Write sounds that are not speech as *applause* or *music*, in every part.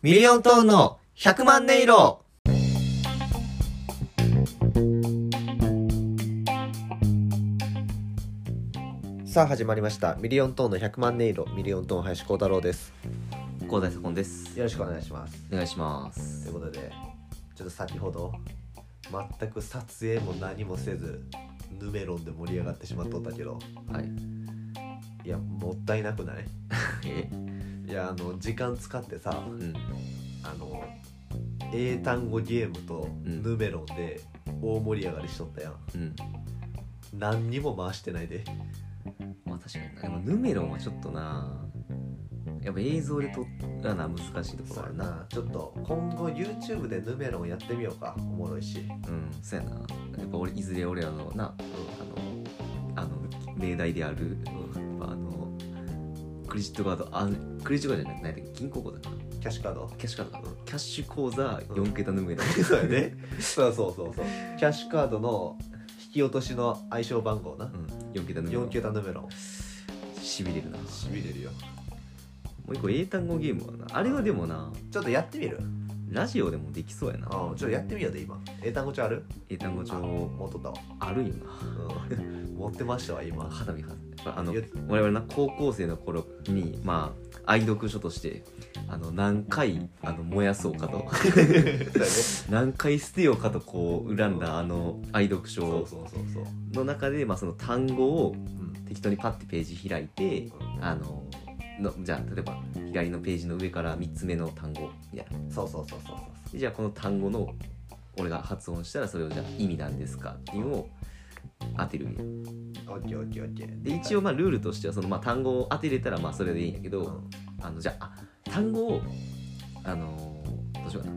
ミリオントーンの100万音色さあ始まりましたミリオントーンの100万音色ミリオントーン林光太郎です高大左近ですよろしくお願いしますお願いしまといすうことでちょっと先ほど全く撮影も何もせずヌメロンで盛り上がってしまっとったけどはいいやもったいなくないえいやあの時間使ってさうんあの英単語ゲームとうんヌメロンで大盛り上がりしとったやん、うん何にも回してないでまあ確かになでもヌメロンはちょっとなやっぱ映像で撮らな難しいところあるなちょっと今後 YouTube でヌメロンやってみようかおもろいし、うんそうやなやっぱ俺いずれ俺らのなあのあの命題であるうやっぱあのクレジットカードあクレジットカードじゃないなんだっけ銀行口座かん、キャッシュカード *laughs* キャッシュカードかうんキャッシュ口座4桁ヌメロン、 *laughs* そうやねそうそうそうそうキャッシュカードの引き落としの相性番号なうん、4桁ヌメロ4ン桁ヌメロンしびれるなもしびれるよう一個英単語ゲームはなあれはでもなちょっとやってみるラジオでもできそうやうんなちょっとやってみようで今英単語帳ある英単語あ帳持っとったわ、あるようん、 *laughs* 持ってましたわ今な肌身肌あのいや我々な高校生の頃にまあ愛読書としてあの何回あの燃やそうかと *laughs* *laughs* そうやね何回捨てようかとこう恨んだあの愛読そう書そうそうそう、の中で、まあ、その単語をうん適当にパッてページ開いてあののじゃあ例えば左のページの上から3つ目の単語みたいなそうそうそうそうそうでじゃあこの単語の俺が発音したらそれをじゃあ意味なんですかっていうのを当てるオッケーオッケーオッケーで一応まあルールとしてはそのまあ単語を当てれたらまあそれでいいんやけど、うんあのじゃああ単語をあのーどうしようかな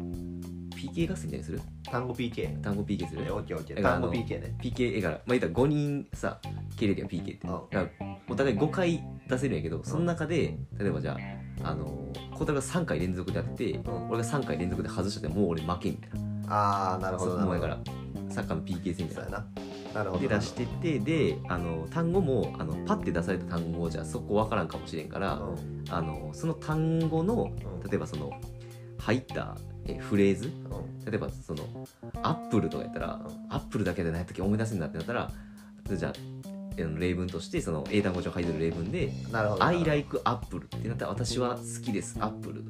PK 合戦みたいにする単語 PK 単語 PK すオるッケーオッケーだから単あの語 PK ね PK 絵柄まあ言ったら5人さ蹴れりゃ PK ってうだんからお互い5回出せるんやけどその中で例えばじゃああのー、小太郎が3回連続でやって、ん俺が3回連続で外したらもう俺負けみたいなああなるほどなるそう思ほどいからサッカーの PK 戦みたいそうなやななるほどでなるほど出してってであの単語もあのパッて出された単語じゃそこわからんかもしれんかうら、んうんあのその単語のうん例えばその入ったえフレーズ例えばその「アップル」とかやったらうん「アップル」だけでない時思い出せんだってなったらじゃあえー例文としてその英単語帳書いてる例文でなるほ「ど I like apple」ってなったら「私は好きですアップル」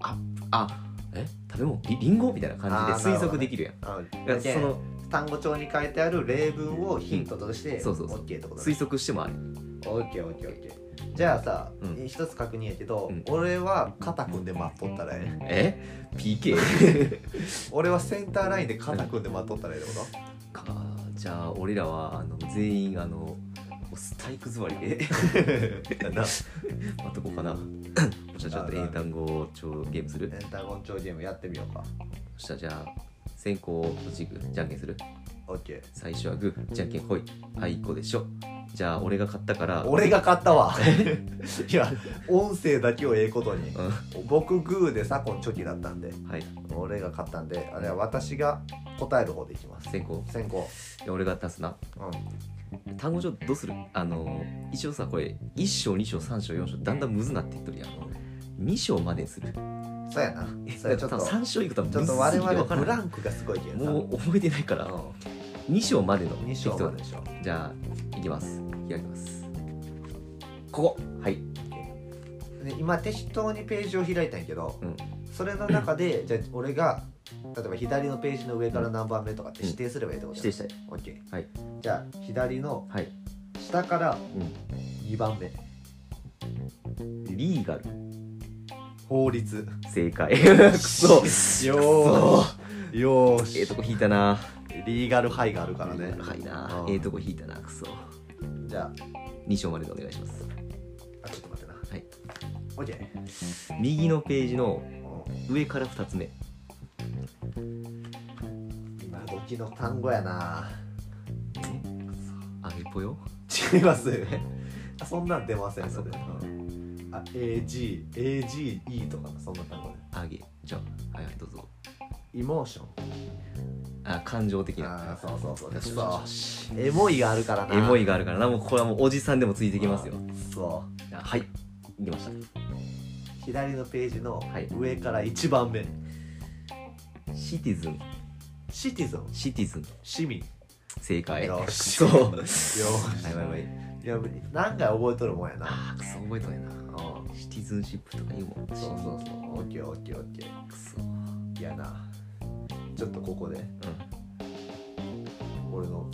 ああえ食べ物りりんごみたいな感じであーな推るほど測できるやん。うんだからでその単語帳に書いてある例文をヒントとしてうんそうそうそう OK ってこと推ね測してもあり OKOKOK じゃあさうん一つ確認やけどうん俺は肩組んで待っとったらえええ *laughs* PK 俺はセンターラインで肩組んで待っとったらええってこかじゃあ俺らはあの全員あのスタイク座りで *laughs* とな待っとこうかなじゃあちょっと英単語帳ゲームするセンター語帳ゲームやってみようかそしたらじゃあ先行とちぐじゃんけんする OK 最初はグーじゃんけんほいあいこでしょじゃあ俺が勝ったから俺が買ったわ *laughs* いや音声だけをええことにうん僕グーで左近チョキだったんではい俺が勝ったんであれは私が答える方でいきます先行先行で俺が出すなうん単語帳どうするあの一応さこれ1章2章3章4章だんだんむずなっていっとるやん2章までにするそうやなそれちょっと多分3章いくと多ちょ分っむずとす我ぎて々分からブラんンクがすごいけどさもう覚えてないからう2章までのん、2章まででしょじゃあいきます開きますここはいで今適当にページを開いたんやけど、うんそれの中でじゃあ俺が例えば左のページの上から何番目とかって指定すればいいってこと指だ定よしたい OK、はいじゃあ左のはい、下からう2番目ん、リーガル法律正解くそよーよーええしとこ引いたなリーガルハイがあるからリねーガルはいなうんええとこ引いたなくそじゃ2章まででお願いしますああちょっと待ってなはいオッケー右のページのうん上から2つ目今時の単語やなえあげぽよ違います *laughs* よねあそんなん出ませんあそうかうんあ AGAGE とかのそんな単語ねあげじゃあはいはいどうぞエモーションあ感情的なあーそうそうそうよしそうよしエモいがあるからなエモいががあるからなもうこれはもうおじさんでもついてきますよそあはいいきましたう左のページのはい上から1番目シティズンシティゾンシティズン市民正解よしそうよしはいはいはいいや何回覚えとるもんやなあークソ覚えとんやなうんシティズンシップとか言うもんそうそうそうオッケーオッケーオッケークソうんいやなちょっとここで俺の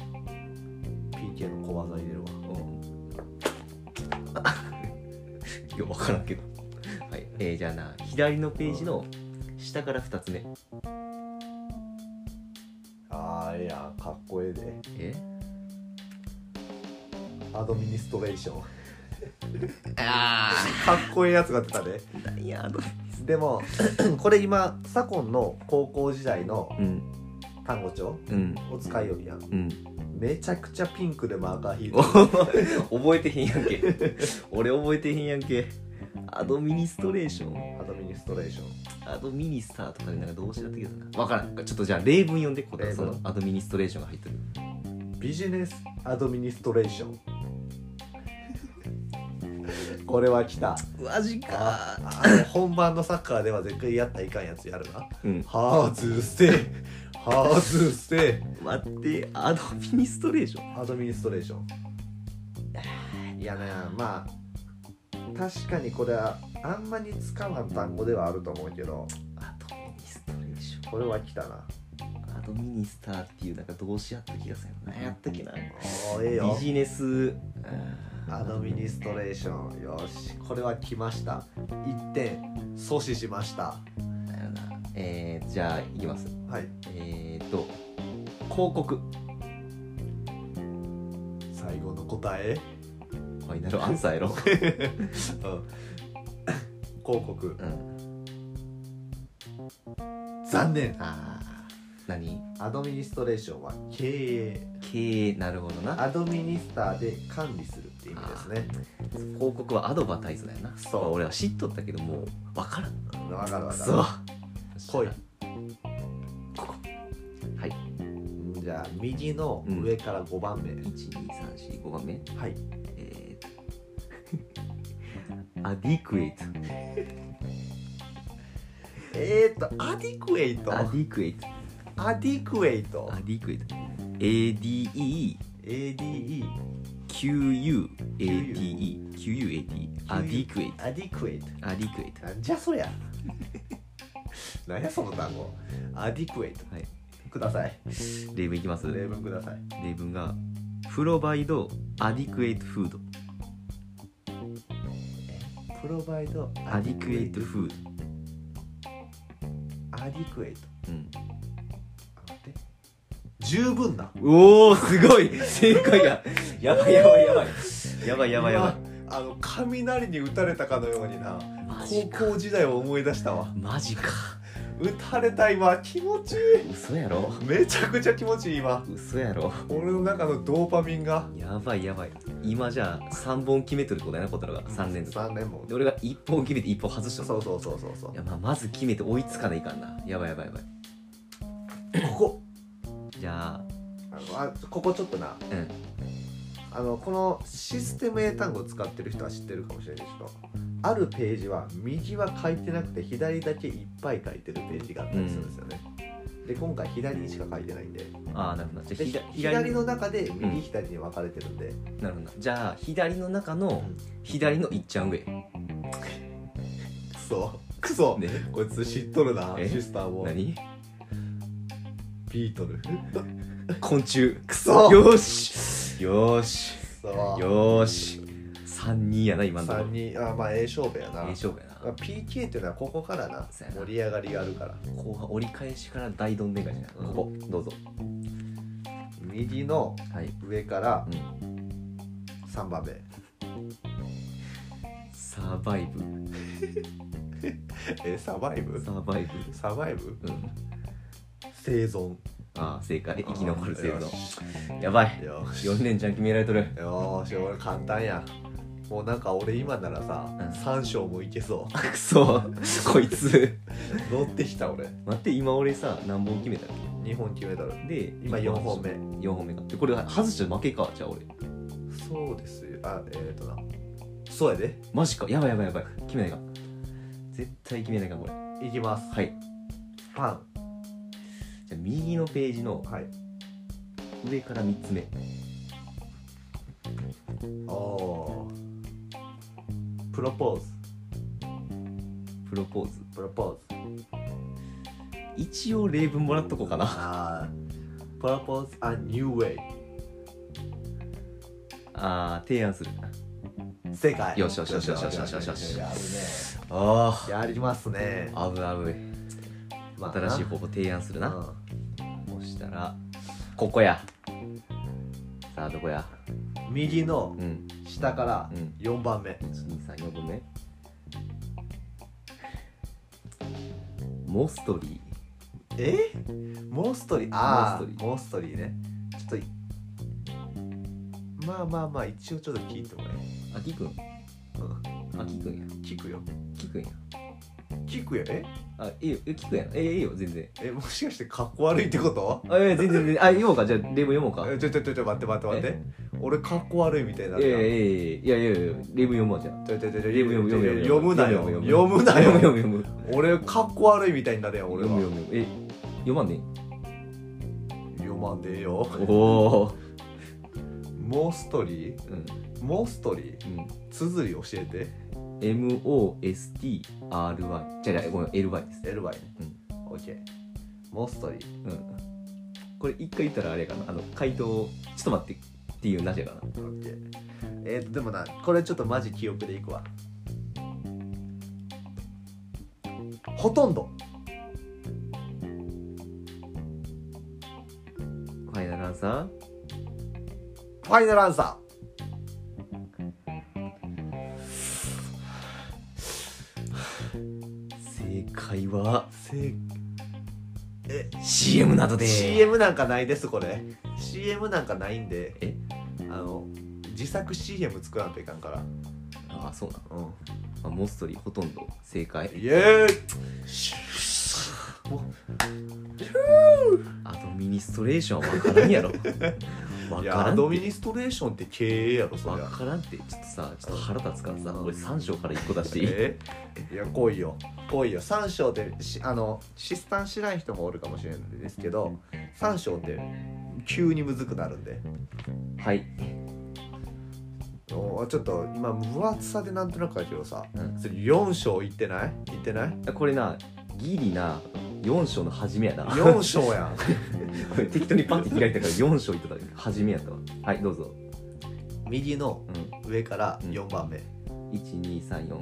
PK の小技入れるわ *laughs* いや分からんけどはいえー、じゃあな左のページの下から2つ目あーいやかっこええでえアドミニストレーションあかっこええやつが出たであいやどうでも *clears throat* これ今左近の高校時代のうん単語帳うんを使いよりやんうんめちゃくちゃピンクでマーカー引いておる *laughs* 覚えてへんやんけ俺覚えてへんやんけアドミニストレーションアドミニストレーションアドミニスターとかでなんか動詞だったけどな分からんちょっとじゃあ例文読んでこ例れ文そのアドミニストレーションが入ってるビジネスアドミニストレーションこれは来たマジああの本番のサッカーでは絶対やったらいかんやつやるなうんハーズステハーズステ待ってアドミニストレーションアドミニストレーションいやねまあ確かにこれはあんまり使わん単語ではあると思うけどアドミニストレーシこれは来たなョンアドミニスターっていうなんか動詞やった気がするな何やったっけなおーええよビジネスアドミニストレーションよしこれは来ました1点阻止しましただよなえー、じゃあいきますはいえー、と広告最後の答え、ファイナルアンサーや *laughs* ろ、うん、 *laughs* 広告うん、残念あー何アドミニストレーションは経営経営なるほどなアドミニスターで管理するって意味ですね広告はアドバタイズだよなそう俺は知っとったけどもう分からんわかるわかそうる来いここはいうんじゃあ右の上から5番目、 12345番目はいえー、アディクエイトえー、っとアディクエイトアディクエイトアディクエイトアディクエイト ADE ADE QUATE QUATE アディクエイトアディクエイトアディクエイトなんじゃそりゃ *laughs* なんやその単語アディクエイトはいください例文いきます例文ください例文がプロバイドアディクエイトフードプロバイドアディクエイトフードアディクエイトうんあ待って十分なおおすごい正解ややばいやばいやばいやばいやばいやばい今あの雷に打たれたかのようになマジか高校時代を思い出したわマジか打たれた今気持ちいい嘘やろめちゃくちゃ気持ちいい今嘘やろ俺の中のドーパミンがやばいやばい今じゃあ3本決めとるってことやな小太郎が3連続3連もで俺が1本決めて1本外しそとうるそうそうそうそういやまあまず決めて追いつかないかんなやばいやばいやばいこじゃあこあのあここちょっとなうんあのこのシステム英単語を使ってる人は知ってるかもしれないけどあるページは右は書いてなくて左だけいっぱい書いてるページがあったりするんですよね、で今回左にしか書いてないんでああなるほどじゃあでひだ左の中で右左に分かれてるんで、なるほどじゃあ左の中のうん左のいっちゃん上クソクソ、ねこいつ知っとるなえシスターも何ビートル昆虫クソよーしよーしそうよーし32やな今のところ3人あまあ A 勝負やなええ勝負やまあな PK っていうのはここからなそうやな盛り上がりがあるから後半折り返しから大どんでん返しなうんここどうぞ右のはい上からうん3番目サバイブえサバイブサバイサバイブブうん生存ああ正解生き残る生よ存しやばいよしよ4連チャン決められとるーし俺簡単やもうなんか俺今ならさ、うん三3章もいけそあくそこいつう乗ってきた俺待って今俺さ何本決めたっ2本決めたらけで今4本目4本目かでこれ外したら負けかじゃあ俺そうですよあえっ、ー、となそうやでマジかやばいやばいやばい決めないか絶対決めないかこれはいきますいパじゃあ右のページのンはい上から3つ目おおプロポーズプロポーズプロポーズ一応例文もらっとこうかなああプロポーズ a new way あー提案する世界よしよしよしよしよしよしよしよしやるねあやりますねあ危ない危ないまあな新しい方法提案するなうんそしたらここやさあどこや右のうん下からうん4番目1234分目モストリえモーストリーああモーストリモーストリーーねちょっとまあまあまあ一応ちょっと聞いてもらえーあきくんうあきくんやん聞くよきくんや聞くよえあいいよえきくんやえいいよ全然えもしかしてかっこ悪いってことあいや全然全然あ読もうかじゃあ例文読もうかえちょちょちょちょ待って待って待って俺かっこ悪いみたいになるいかやらいやいやいやいやいや例文読もうじゃあちょちょちょちょ例文読む読むなよ読むな読よむ読む読む俺かっこ悪いみたいになるやん俺読む読む読はむ読むえ読まんね読まんでええよおおモーストリーうんモーストリーうん綴り教えて MOSTRY じゃあごめん LY です LY ねうんオッケーモーストリーうんこれ一回言ったらあれやかなあの回答をちょっと待ってっていうなしやかなオッケーえーとでもなこれちょっとマジ記憶でいくわほとんどファイナルアンサファイナルアンサー正解はー正 CM などで CM なんかないですこれ CM なんかないんでえあの自作 CM 作らんといかんからああそうなの、うんまあ、モストリーほとんど正解イエーイアドミニストレーションは分からんやろ *laughs* い分かやらアんドってミニストレーションって経営やろそ分りゃからんってちょっとさちょっと腹立つからさうん俺3章から1個出していい、えいや来いよ来いよ3章ってしあのシスタン知らん人もおるかもしれないんですけど3章って急にむずくなるんではいおちょっと今分厚さでなんとなくだけどさ、うんそれ4章いってないいってないこれなギリな4章の初めやな4章やん *laughs* 適当にパッて開いたから4章いっただけ初めやったわはいどうぞ *laughs* 右のうん上から4番目、 1234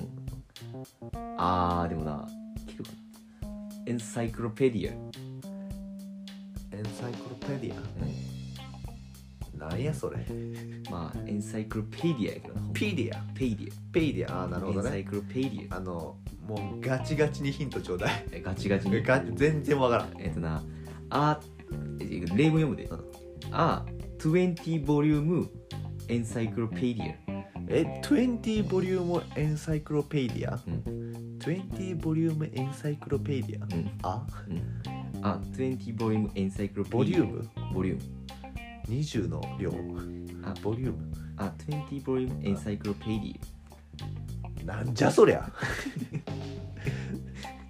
あーでもな聞くかなエンサイクロペディア、うエンサイクロペディん、アなんやそれまあエンサイクロペディアやけどなピディアペディペディアああなアるほどエンサねイクロペディアあのもうガチガチにヒントちょうだいえガチガチにガチ全然わからんえっとなあえ例文読むで、うんあ20ボリュームエンサイクロペディアえ20ボリュームエンサイクロペディアうん20ボリュームエンサイクロペディアうんあうんあ20ボリュームエンサイクロペディアボリュームボリューム20の量あボリュームあ20ボリュームエンサイクロペディなんじゃそりゃ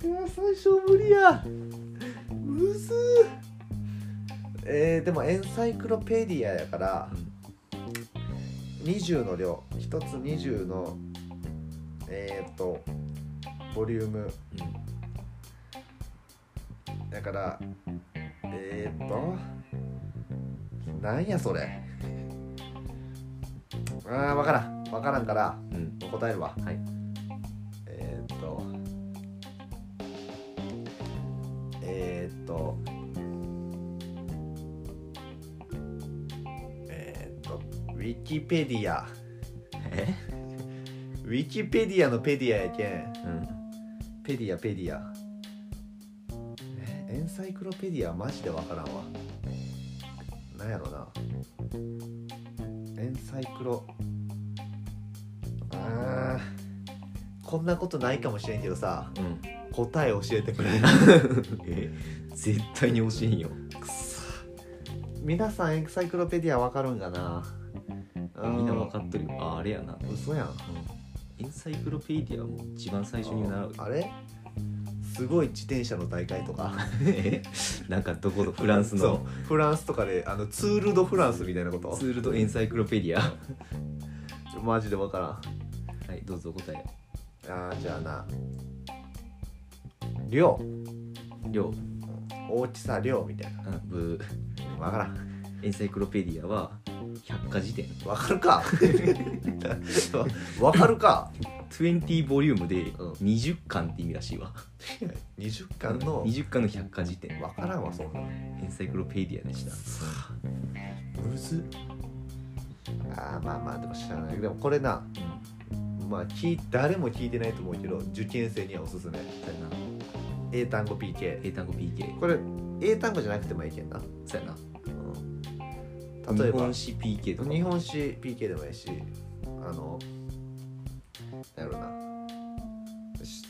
うわ最初無理やむずーえー、でもエンサイクロペディアやからア、うん20の量1つ20のえー、っとボリュームうんだからえー、っとなんやそれあー分からん分からんからうんもう答えるわはいえー、っとえー、っとえー、っとウィキペディア *laughs* えウィキペディアのペディアやけんうんペディアペディアえエンサイクロペディアマジでわからんわなんやろなエンサイクロあーこんなことないかもしれんけどさうん答え教えてくれ *laughs* え絶対に教えんよくそ皆さんエンサイクロペディアわかるんかなみんな分るかっとるよああれやな嘘やんエンサイクロペディアはもう一番最初に習うあれすごい自転車の大会と *laughs* かえなんかどこのフランスそのうフランスとかであのツール・ド・フランスみたいなことツールドエンサイクロペディア *laughs* はマジで分からんいどうぞお答えあーじゃあな量量う大きさ量みたいなんブ分ーからんエンサイクロペディアは百科事典分かるか分かるか *laughs* 20ボリュームでうん20巻って意味らしいわ20巻の20巻の百科事典分からんわそんなエンサイクロペディアでしたむずあーまあまあでも知らないでもこれなまあ聞い誰も聞いてないと思うけど受験生にはおすすめそうやな英単語 PK 英単語 PK これ英単語じゃなくてもいいけんな、そうやなうん例え日ば本史 PK とか日本史 PK でもいいしあのなんやろなし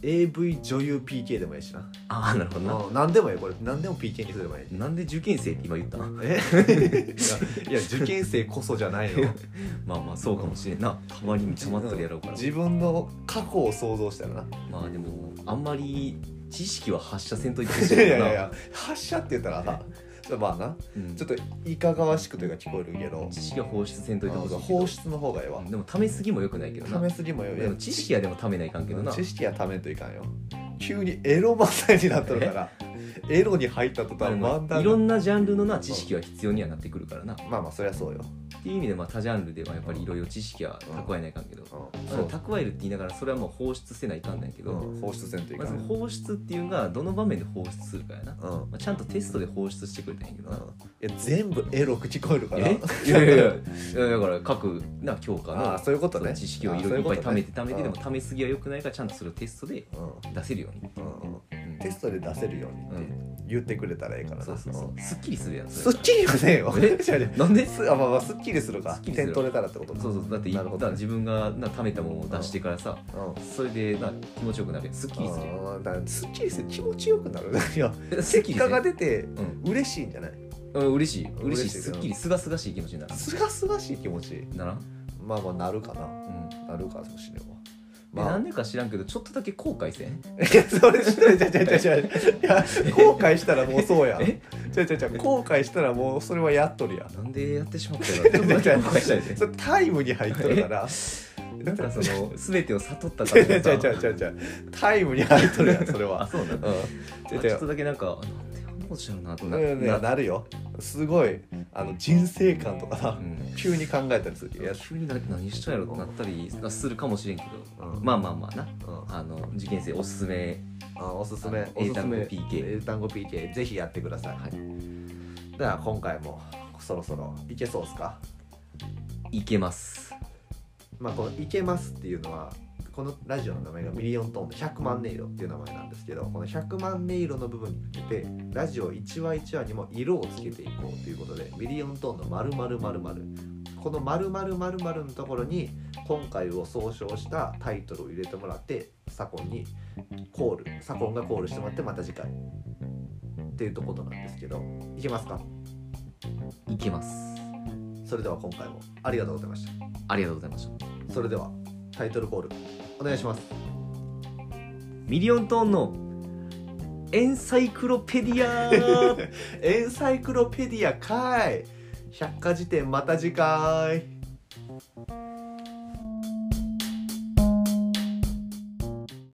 AV 女優 PK でもいいしな、ああなるほどなうん、何でもいいこれ何でも PK にすればいいなんで受験生って今言ったんえ *laughs* いやいや受験生こそじゃないのまあまあそうかもしれんなたまにたまったらやろうから自分の過去を想像した *laughs* らなまあでもあんまり知識は発射せんといてほしいいやいけどやいなや発射って言ったらさちょっとまあなうんちょっといかがわしくというか聞こえるけど知識は放出せんといてほしいけど放出の方がええわうんでもためすぎもよくないけどたなめすぎもよでも知識はでもためないかんけどな知識はためんといかんよ急にエロ漫才になっとるからエロに入った途まあ端漫談いろんなジャンルのな知識は必要にはなってくるからなっまあまあそりゃそうよ、ていう意味でまあ他ジャンルではやっぱりいろいろ知識は蓄えないかんけどうん、まあ蓄えるって言いながらそれはもう放出せないかんないけうどん放出せんといまかずん、放出っていうのがどの場面で放出するかやなうんうんまあちゃんとテストで放出してくれたんやけどなえ全部エロく聞こえるからえいやいやいや *laughs* いやだから各な教科ああのそういうことね知識をいああそろういろういっぱことい貯めねて貯めてでも貯めすぎはよくないからちゃんとそれをテストでうん出せるように、うんうんうんテストで出せるようにって言ってくれたらええからなそうそうそうすっきりするやんすそっれきりはねえよえ違う違うなんですあまあまあすっきりするかすっきりする点取れたらってことかそうそうだっていなるほどだから自分がな貯めたものを出してからさうんそれでな気持ちよくなるやんすっきりするやんあーだからすっきりする気持ちよくな *laughs* るいやえすっ結きり果すがる出てうん嬉しいんじゃないうん嬉しい嬉しい嬉しいすっきりすがすがしい気持ちになるすがすがしい気持ちならんまあまあなるかなうんなるかもしれんわでなまあんでか知らんけどちょっとだけ後悔せんいや *laughs* それちょちょちょちょちょいや後悔したらもうそうやえちょちょちょ後悔したらもうそれはやっとるやんなんでやってしまったのちょっとだけ後悔したいでそれタイムに入っとるからなんかそ *laughs* の全てを悟ったちかゃらうちゃうちゃさうちゃうちゃうタイムに入っとるやんそれあは *laughs* そううなのんちょちちょっょとだけなんかなんであんなことしちゃうなとうなな、んいやなるよすごいあの人生観とかうさん急に考えたりするいや急にな何しちゃうやろなったりするかもしれんけど、うんまあまあまあなうんあの受験生おすすめあおすすあめのおすすめ英単語 PK 英単語 PK ぜひやってください、はいでは今回もそろそろいけそうですかいけますまあこの「いけます」っていうのはこのラジオの名前がミリオントーンで100万音色っていう名前なんですけどこの100万音色の部分にかけてラジオ1話1話にも色をつけていこうということでミリオントーンの〇〇〇〇この〇〇〇〇のところに今回を総称したタイトルを入れてもらって左近にコール左近がコールしてもらってまた次回っていうところなんですけどいけますかいけますそれでは今回もありがとうございましたありがとうございましたそれではタイトルコールお願いしますミリオントーンのエンサイクロペディアエンサイクロペディアかい百科事典また次回